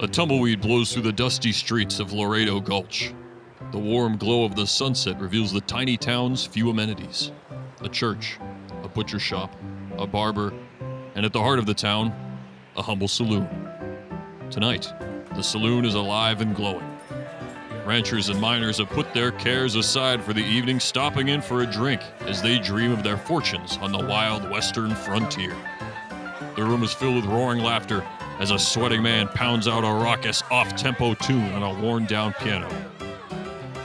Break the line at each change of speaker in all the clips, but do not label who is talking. A tumbleweed blows through the dusty streets of Laredo Gulch. The warm glow of the sunset reveals the tiny town's few amenities a church, a butcher shop, a barber, and at the heart of the town, a humble saloon. Tonight, the saloon is alive and glowing. Ranchers and miners have put their cares aside for the evening, stopping in for a drink as they dream of their fortunes on the wild western frontier. The room is filled with roaring laughter as a sweating man pounds out a raucous, off tempo tune on a worn down piano.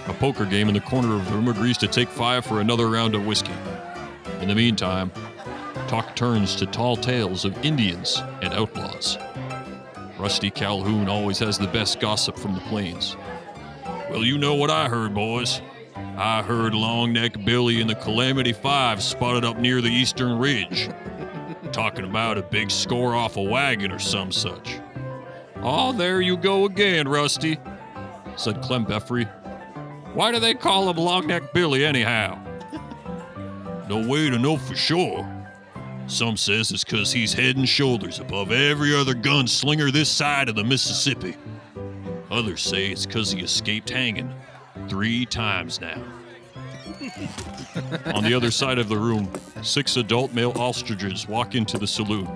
A poker game in the corner of the room agrees to take five for another round of whiskey. In the meantime, talk turns to tall tales of Indians and outlaws. Rusty Calhoun always has the best gossip from the plains. Well, you know what I heard, boys. I heard Longneck Billy and the Calamity Five spotted up near the eastern ridge, talking about a big score off a wagon or some such. Oh, there you go again, Rusty, said Clem Beffrey. Why do they call him Longneck Billy anyhow? No way to know for sure. Some says it's 'cause he's head and shoulders above every other gunslinger this side of the Mississippi. Others say it's 'cause he escaped hanging three times now. On the other side of the room, six adult male ostriches walk into the saloon.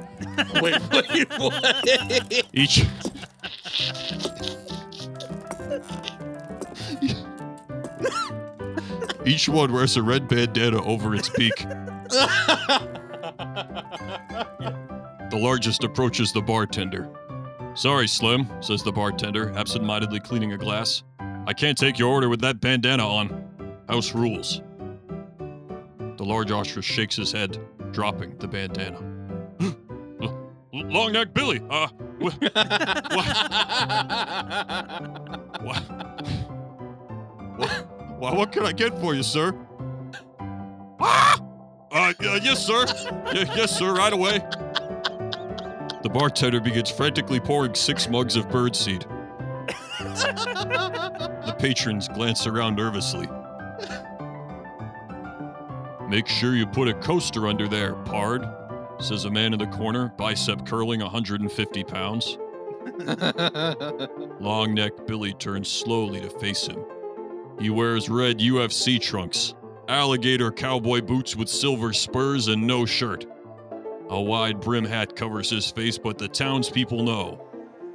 Wait, wait, what?
Each Each one wears a red bandana over its beak. The largest approaches the bartender. Sorry, Slim, says the bartender, absentmindedly cleaning a glass. I can't take your order with that bandana on. House rules. The large ostrich shakes his head, dropping the bandana. L- Long neck Billy, uh, wh- why, why, what can I get for you, sir? Ah! Uh, y- yes, sir. Y- yes, sir, right away. The bartender begins frantically pouring six mugs of birdseed. the patrons glance around nervously. Make sure you put a coaster under there, pard, says a man in the corner, bicep curling 150 pounds. Long necked Billy turns slowly to face him. He wears red UFC trunks, alligator cowboy boots with silver spurs, and no shirt. A wide brim hat covers his face, but the townspeople know.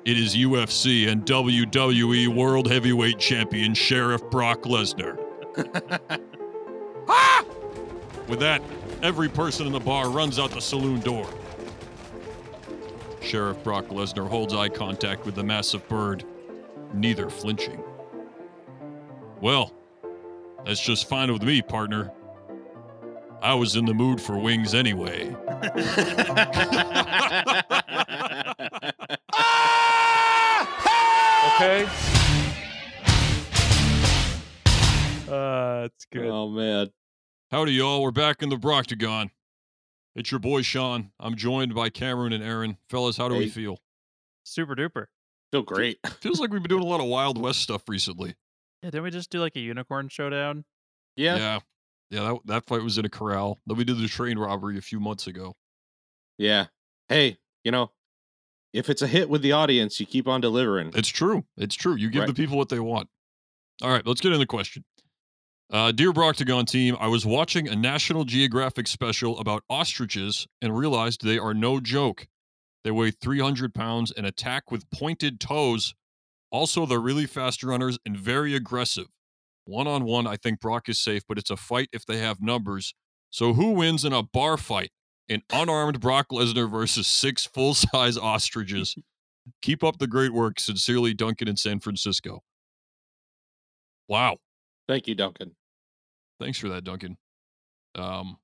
It is UFC and WWE World Heavyweight Champion Sheriff Brock Lesnar. Ah! With that, every person in the bar runs out the saloon door. Sheriff Brock Lesnar holds eye contact with the massive bird, neither flinching. Well, that's just fine with me, partner. I was in the mood for wings anyway.
Okay. Uh, it's good.
oh man.
Howdy, y'all. We're back in the Broctagon. It's your boy, Sean. I'm joined by Cameron and Aaron. Fellas, how do we
Hey.
feel?
Super duper.
Feel great.
Feels like we've been doing a lot of Wild West stuff recently.
Yeah, didn't we just do like a unicorn showdown?
Yeah. Yeah.
Yeah. Yeah, that, that fight was in a corral. Then we did the train robbery a few months ago.
Hey, you know, if it's a hit with the audience, you keep on delivering.
It's true. It's true. You give
Right.
the people what they want. All right, let's get into the question. Uh, dear Broctagon team, I was watching a National Geographic special about ostriches and realized they are no joke. They weigh 300 pounds and attack with pointed toes. Also, they're really fast runners and very aggressive. One on one, I think Brock is safe, but it's a fight if they have numbers. So, who wins in a bar fight? An unarmed Brock Lesnar versus six full size ostriches. Keep up the great work. Sincerely, Duncan in San Francisco. Wow.
Thank you, Duncan.
Thanks for that, Duncan. Um,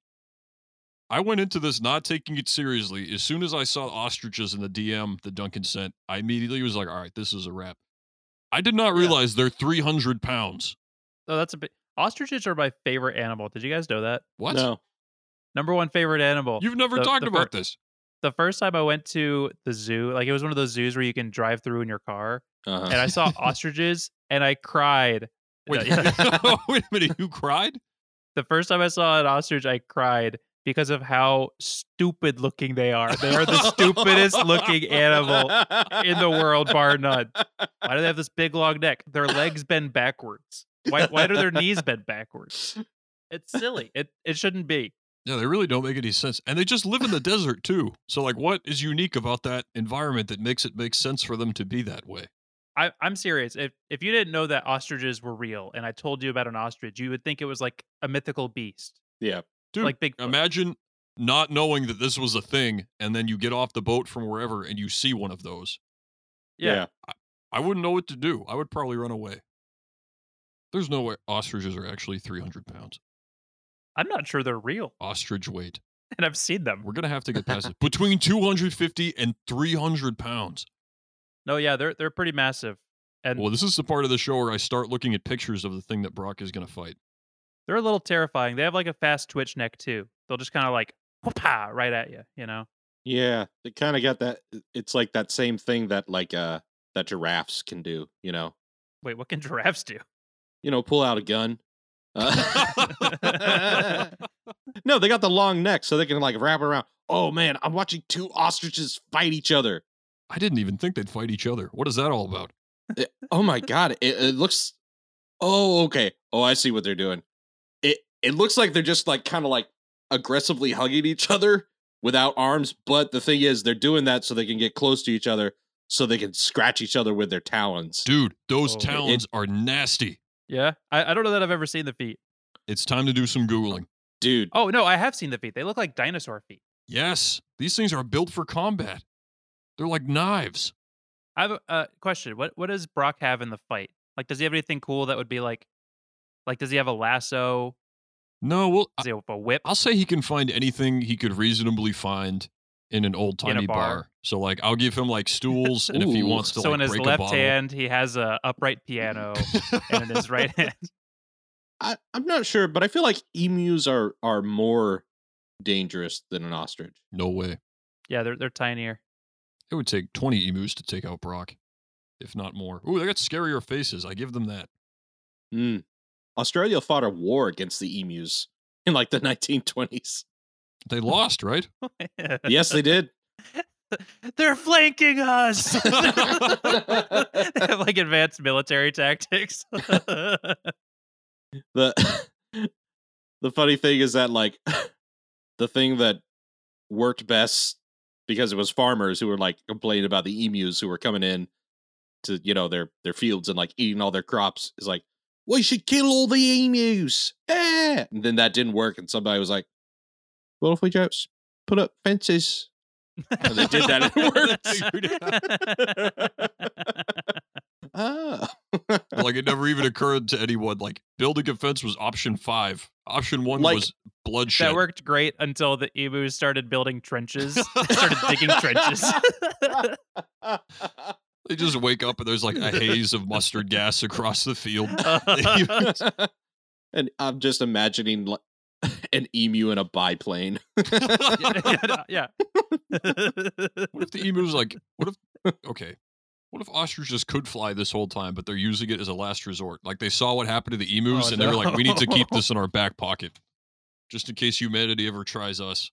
I went into this not taking it seriously. As soon as I saw ostriches in the DM that Duncan sent, I immediately was like, all right, this is a wrap. I did not
Yeah.
realize they're 300 pounds.
Oh, that's a bit. Ostriches are my favorite animal. Did you guys know that?
What?
No.
Number one favorite animal.
You've never
The-
talked
the fir-
about this.
the first time I went to the zoo, like it was one of those zoos where you can drive through in your car, and
Uh-huh.
I saw ostriches and I cried.
Wait,
Yeah.
wait a minute. You cried?
The first time I saw an ostrich, I cried because of how stupid looking they are. They are the stupidest looking animal in the world, bar none. Why do they have this big long neck? Their legs bend backwards. Why why do their knees bend backwards? It's silly. It it shouldn't be.
Yeah, they really don't make any sense. And they just live in the desert too. So like what is unique about that environment that makes it make sense for them to be that way?
I, I'm serious. If if you didn't know that ostriches were real and I told you about an ostrich, you would think it was like a mythical beast.
Yeah.
Dude,
Like Bigfoot.
imagine not knowing that this was a thing and then you get off the boat from wherever and you see one of those.
Yeah.
I wouldn't know what to do. I would probably run away. There's no way ostriches are actually 300 pounds.
I'm not sure they're real.
Ostrich weight.
And I've seen them.
We're going to have to get past it. Between 250 and 300 pounds.
No, yeah, they're they're pretty massive. And
Well, this is the part of the show where I start looking at pictures of the thing that Brock is going to fight.
they're a little terrifying. They have like a fast twitch neck too. They'll just kind of like whoop-ah, right at you, you know.
Yeah, they kind of got that. It's like that same thing that like uh that giraffes can do. You know,
Wait, what can giraffes do?
you know, pull out a gun. Uh, no, they got the long neck, so they can like wrap it around. Oh man, I'm watching two ostriches fight each other.
I didn't even think they'd fight each other. What is that all about?
Oh my god, it, it looks. Oh okay. Oh, I see what they're doing. It it looks like they're just like kind of like aggressively hugging each other without arms. But the thing is, they're doing that so they can get close to each other, so they can scratch each other with their talons.
Dude, those
Oh.
talons are nasty.
Yeah. I, I don't know that I've ever seen the feet.
It's time to do some Googling.
Dude,
Oh no, I have seen the feet. They look like dinosaur feet.
Yes, these things are built for combat. They're like knives.
I have a uh, question. What what does Brock have in the fight? Like, does he have anything cool that would be like, like, does he have a lasso?
No, well, I-
Does he have a whip?
I'll say he can find anything he could reasonably find in an old
In a
timey bar.
bar.
So, like, I'll give him like stools, and if he
Ooh.
wants to,
So
like,
in his
break a
left
bottle-
hand, he has a upright piano, and in his right hand,
I, I'm not sure, but I feel like emus are are more dangerous than an ostrich.
no way.
yeah, they're they're tinier.
It would take 20 emus to take out Brock, if not more. Ooh, they got scarier faces. I give them that.
Mm. Australia fought a war against the emus in like the 1920s.
They lost, right?
Yes, they did.
they're flanking us. they have like advanced military tactics.
the The funny thing is that like the thing that worked best because it was farmers who were like complaining about the emus who were coming in to you know their their fields and like eating all their crops is like we should kill all the emus. Eh! And then that didn't work, and somebody was like, "What if we just put up fences?" Oh, they did that. It Ah.
like it never even occurred to anyone. Like building a fence was option five. Option one
Like-
was bloodshed.
That worked great until the emus started building trenches, started digging trenches.
They just wake up and there's like a haze of mustard gas across the field.
and I'm just imagining like, an emu in a biplane.
yeah. yeah.
What if the emu's like? What if? Okay. What if ostriches could fly this whole time, but they're using it as a last resort? Like they saw what happened to the emus,
Oh,
and they were like, "We need to keep
no.
this in our back pocket, just in case humanity ever tries us."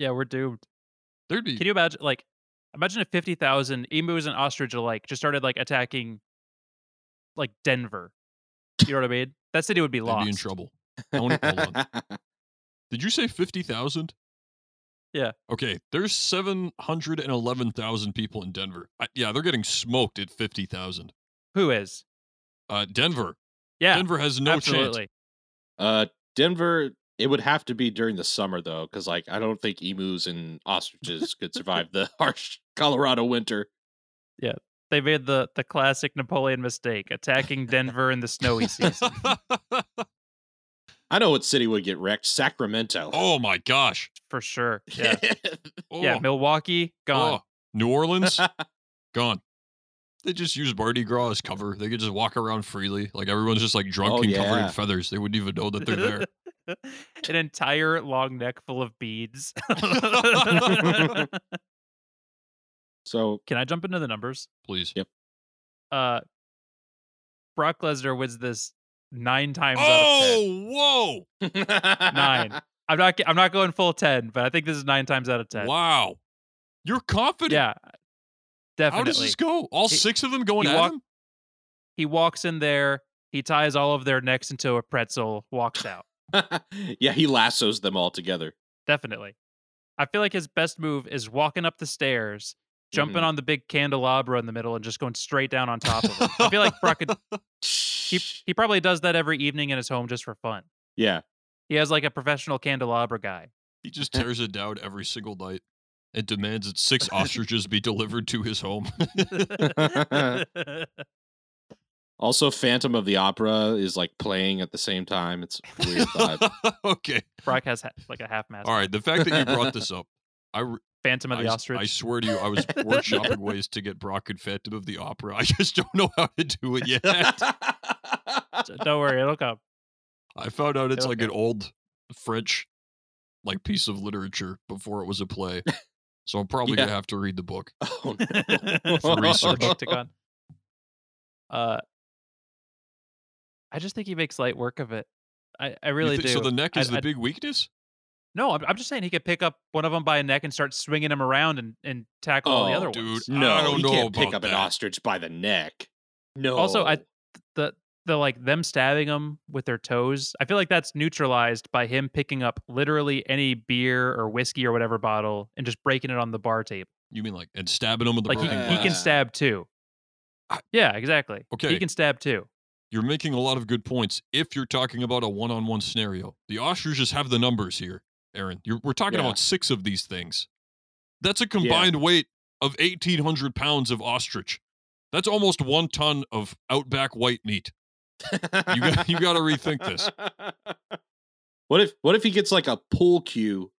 yeah, we're doomed.
There'd be
Can you imagine like imagine if 50,000 emus and ostrich alike just started like attacking like Denver. You know what I mean? That city would be
they'd
lost.
be in trouble. I wanna- hold on. Did you say fifty thousand?
Yeah.
Okay. There's seven hundred and eleven thousand people in Denver. I, yeah, they're getting smoked at fifty thousand.
Who is?
Uh, Denver.
Yeah.
Denver has no chance.
absolutely.
Uh, Denver. It would have to be during the summer though, because like I don't think emus and ostriches could survive the harsh Colorado winter.
They made the the classic Napoleon mistake attacking Denver in the snowy season.
I know what city would get wrecked. Sacramento.
oh my gosh.
For sure. Yeah.
Oh,
Yeah, Milwaukee gone.
oh. New Orleans gone. They just use Mardi Gras as cover. They could just walk around freely. Like everyone's just like drunk
Oh,
and covered in
yeah.
feathers. They wouldn't even know that they're there.
An entire long neck full of beads.
so
Can I jump into the numbers?
Please.
Uh Brock Lesnar wins this nine times out of ten.
Oh, whoa.
nine.
I'm not. I'm not going full ten, but I think this is nine times out of ten.
Wow. You're confident.
Yeah, uh, definitely.
How does this go? All
He-
six of them going
he
at
walk-
him?
He walks in there. He ties all of their necks into a pretzel. Walks out.
yeah, he lassos them all together.
definitely. I feel like his best move is walking up the stairs, jumping
Mm-hmm.
Mhm.
on the big candelabra in the middle, and just going straight down on top of it. I feel like Brock- he he probably does that every evening in his home just for fun.
Yeah.
He has like a professional candelabra guy.
He just tears it down every single night and demands that six ostriches be delivered to his home. Uh-huh.
Also, Phantom of the Opera is like playing at the same time. It's a weird vibe.
okay.
Brock has ha- like a half mask.
All right. The fact that you brought this up, I, re-
Phantom of
I
the
s- I
ostrich.
swear to you, I was workshopping ways to get Brock and Phantom of the Opera. I just don't know how to do it yet.
So Don't worry, it'll come.
I found out it's like
Okay.
an old French like piece of literature before it was a play. So I'm probably
Yeah.
gonna have to read the book.
oh,
Some
The
research.
Panopticon. Uh, I just think he makes light work of it. I, I
You
really
thi-
do.
So the neck
I-
is the
I-
big weakness?
No, I'm, I'm just saying he could pick up one of them by a neck and start swinging him around and, and tackle all the
Oh,
other
Dude,
ones.
no,
I don't
you
know
can't
about
pick up
that.
an ostrich by the neck. No.
Also, I- The the like them stabbing him with their toes. I feel like that's neutralized by him picking up literally any beer or whiskey or whatever bottle and just breaking it on the bar table.
You mean like and stabbing him with the
Like he,
broken
he
glass?
can stab too.
I-
Yeah, exactly.
Okay.
he can stab too.
You're making a lot of good points if you're talking about a one-on-one scenario. The ostriches have the numbers here, Aaron. You're, we're talking
Yeah.
about six of these things. That's a combined weight of 1,800 pounds of ostrich. That's almost one ton of outback white meat. You got, you got to rethink this.
What if what if he gets like a pool cue,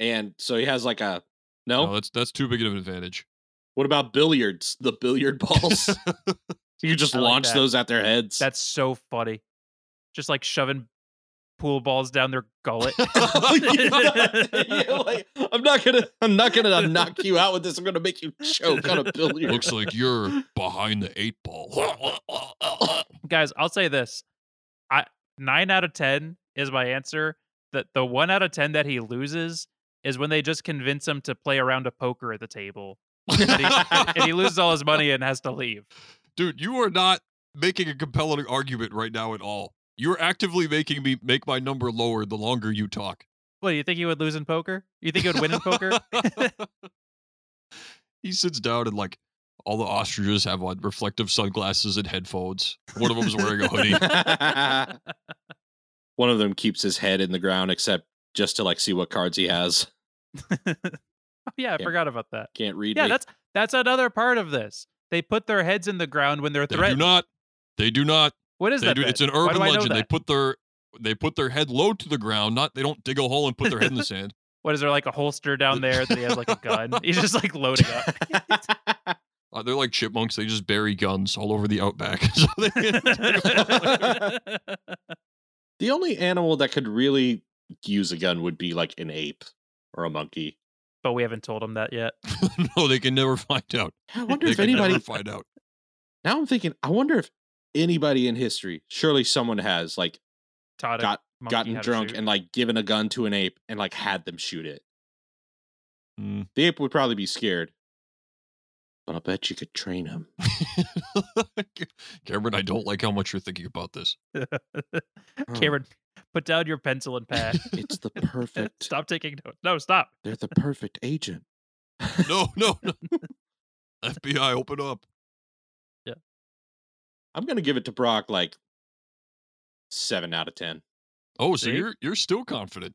and so he has like a no?
No, that's that's too big of an advantage.
what about billiards? The billiard balls. you just
I like
launch
that.
those at their heads.
That's so funny. Just like shoving pool balls down their gullet.
You're not- you're like, I'm not gonna. I'm not gonna uh, knock you out with this. I'm gonna make you choke on a billiard.
Looks like you're behind the eight ball.
guys i'll say this i nine out of ten is my answer that the one out of ten that he loses is when they just convince him to play around a poker at the table and he, and he loses all his money and has to leave
Dude, you are not making a compelling argument right now at all. You're actively making me make my number lower the longer you talk.
what do you think he would lose in poker you think he would win in poker
he sits down and like all the ostriches have on reflective sunglasses and headphones. One of them's wearing a hoodie.
One of them keeps his head in the ground, except just to like see what cards he has.
Oh, yeah i
Yeah.
forgot about that
Can't read.
yeah
me.
that's that's another part of this they put their heads in the ground when they're
They do
threatened
not. They do not.
what is
They
that
do,
then?
it's an
Why
urban
do I know
legend. They
that?
put their they put their head low to the ground. Not they don't dig a hole and put their head in the sand.
what is there like a holster down there that he has like a gun he's just like loading up
Uh, they're like chipmunks. They just bury guns all over the outback. So they-
yeah,
the only animal that could really use a gun would be like an ape or a monkey.
but we haven't told him that yet.
no, they can never find out.
I wonder
They
if
can never
anybody.
find out.
Now I'm thinking. I wonder if anybody in history. Surely someone has like
Todd
Got- gotten drunk and like given a gun to an ape and like had them shoot it.
Mm.
The ape would probably be scared. But I'll bet you could train him.
Cameron, I don't like how much you're thinking about this.
Cameron, put down your pencil and pad.
It's the perfect.
stop taking notes. No, stop.
They're the perfect agent.
No, no, no. FBI, open up.
I'm gonna give it to Brock like seven out of ten.
Oh, so
See?
you're you're still confident.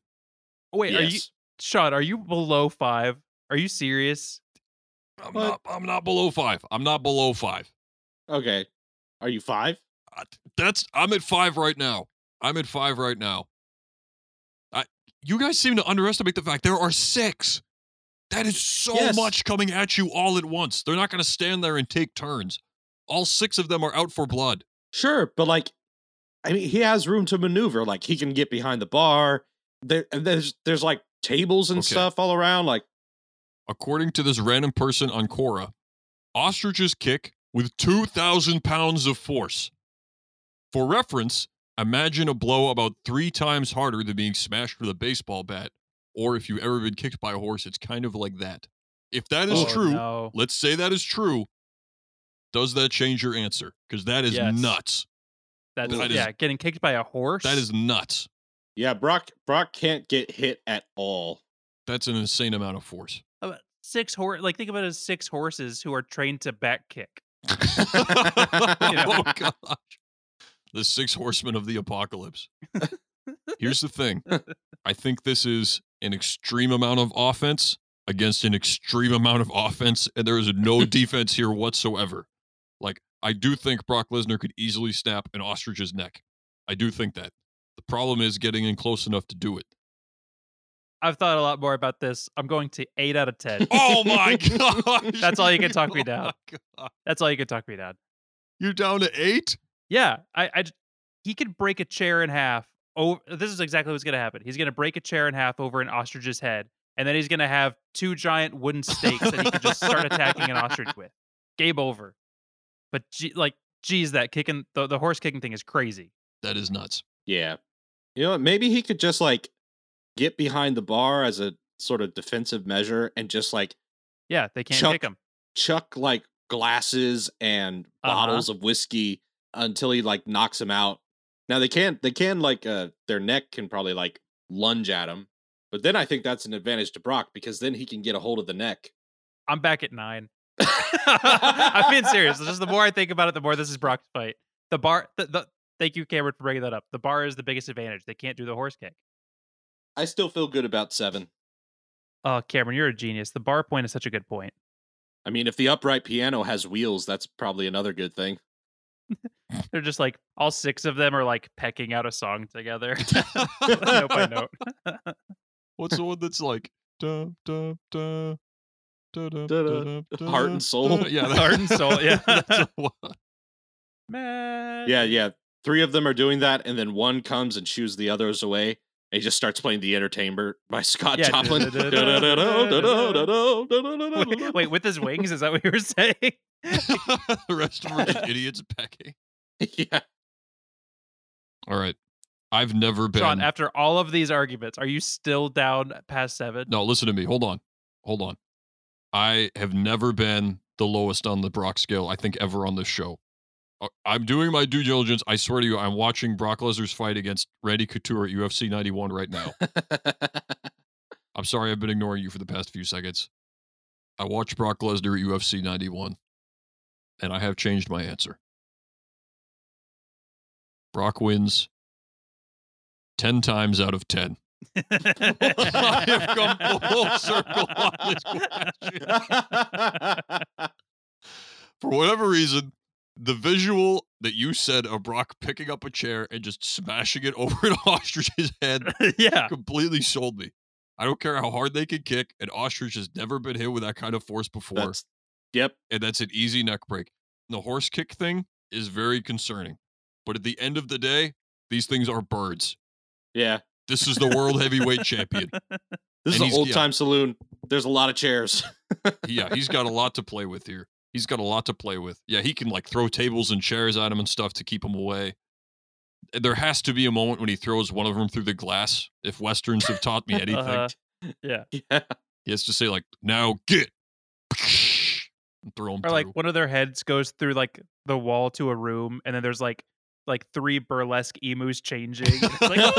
Oh, wait, are you Sean? Are you below five? Are you serious?
I'm
What?
not. I'm not below five. I'm not below five.
okay? Are you five?
I- That's. I'm at five right now. I'm at five right now. I. You guys seem to underestimate the fact there are six. That is so
Yes.
much coming at you all at once. They're not going to stand there and take turns. All six of them are out for blood.
Sure, but like, I mean, he has room to maneuver. Like he can get behind the bar. There, and there's there's like tables and
Okay.
stuff all around. Like
According to this random person on Cora, ostriches kick with 2,000 pounds of force. For reference, Imagine a blow about three times harder than being smashed with a baseball bat, or if you've ever been kicked by a horse, it's kind of like that. If that is
Oh,
true,
no.
let's say that is true. Does that change your answer? Because that is
Yes.
nuts.
That's,
that is-
yeah, getting kicked by a horse.
That is nuts.
Yeah, Brock Brock can't get hit at all.
That's an insane amount of force.
About six horse. Like think about it as six horses who are trained to back kick.
oh gosh. The six horsemen of the apocalypse. Here's the thing. I think this is an extreme amount of offense against an extreme amount of offense, and there is no defense here whatsoever. Like, I do think Brock Lesnar could easily snap an ostrich's neck. I do think that. The problem is getting in close enough to do it.
I've thought a lot more about this. I'm going to eight out of ten.
Oh my gosh.
That's all you can talk me down.
Oh my God.
That's all you can talk me down.
You're down to eight?
Yeah, I, I j- he could break a chair in half. Oh, this is exactly what's gonna happen. He's gonna break a chair in half over an ostrich's head, and then he's gonna have two giant wooden stakes that he could just start attacking an ostrich with. Game over. But gee, like, geez, that kicking the, the horse kicking thing is crazy.
That is nuts.
Yeah. You know, what, maybe he could just like get behind the bar as a sort of defensive measure and just like
Yeah, they can't
Chuck-
kick him.
chuck like glasses and
Uh-huh.
bottles of whiskey until he like knocks him out. Now they can't they can like uh their neck can probably like lunge at him. But then I think that's an advantage to Brock because then he can get a hold of the neck.
I'm back at nine. I'm being serious. Just the more I think about it, the more this is Brock's fight. The bar. The, the, thank you, Cameron, for bringing that up. The bar is the biggest advantage. They can't do the horse kick.
I still feel good about 7.
Oh, Cameron, you're a genius. The bar point is such a good point.
I mean, if the upright piano has wheels, that's probably another good thing.
They're just like all six of them are like pecking out a song together, note by note.
What's the one that's like da, da, da, da, da,
Da-da.
da, da,
Heart and
da,
soul.
da. Yeah,
Heart and soul, yeah.
that's the one.
Man.
Yeah, yeah. Three of them are doing that, and then one comes and shoos the others away. And he just starts playing the Entertainer by Scott
Yeah.
Joplin.
Wait, wait, with his wings? Is that what you were saying?
the rest of them are just idiots pecking.
yeah.
All right, I've never been.
Sean, after all of these arguments, are you still down past seven?
no, listen to me. Hold on, hold on. I have never been the lowest on the Brock scale. I think ever on this show. Uh, I'm doing my due diligence. I swear to you, I'm watching Brock Lesnar's fight against Randy Couture at UFC 91 right now. I'm sorry I've been ignoring you for the past few seconds. I watched Brock Lesnar at UFC 91, and I have changed my answer. Brock wins 10 times out of 10. I have come full circle on this question. For whatever reason, the visual that you said of Brock picking up a chair and just smashing it over an ostrich's head
yeah.
completely sold me. I don't care how hard they can kick. An ostrich has never been hit with that kind of force before,
That's- yep.
and that's an easy neck break. The horse kick thing is very concerning, but at the end of the day, these things are birds.
Yeah.
This is the world heavyweight champion. And
This is
he's-
an old time saloon. There's a lot of chairs.
Yeah, he's got a lot to play with here. He's got a lot to play with. Yeah, he can like throw tables and chairs at him and stuff to keep him away. There has to be a moment when he throws one of them through the glass. If westerns have taught me anything,
Uh-huh.
yeah.
he has to say like, "Now get," and throw him.
Or like
through.
one of their heads goes through like the wall to a room, and then there's like like three burlesque emus changing. and It's like,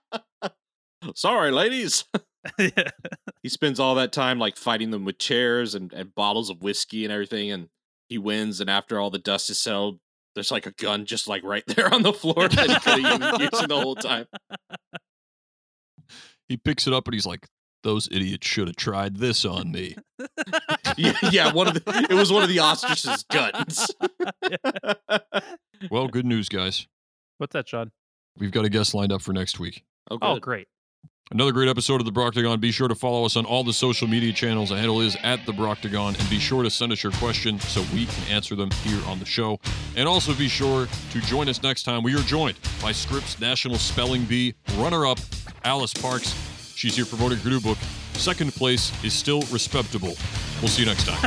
Sorry, ladies. he spends all that time like fighting them with chairs and, and bottles of whiskey and everything and he wins and after all the dust is settled there's like a gun just like right there on the floor that he could have been using the whole time
He picks it up and he's like, "Those idiots should have tried this on me."
yeah, yeah one of the it was one of the ostrich's guns
well, good news, guys.
What's that, Sean?
We've got a guest lined up for next week.
Oh,
good.
great.
Another great episode of The Broctagon. Be sure to follow us on all the social media channels. The handle is at The Broctagon. And be sure to send us your question so we can answer them here on the show. And also be sure to join us next time. We are joined by Scripps National Spelling Bee runner up, Alice Parks. She's here promoting her new book. Second place is still respectable. We'll see you next time.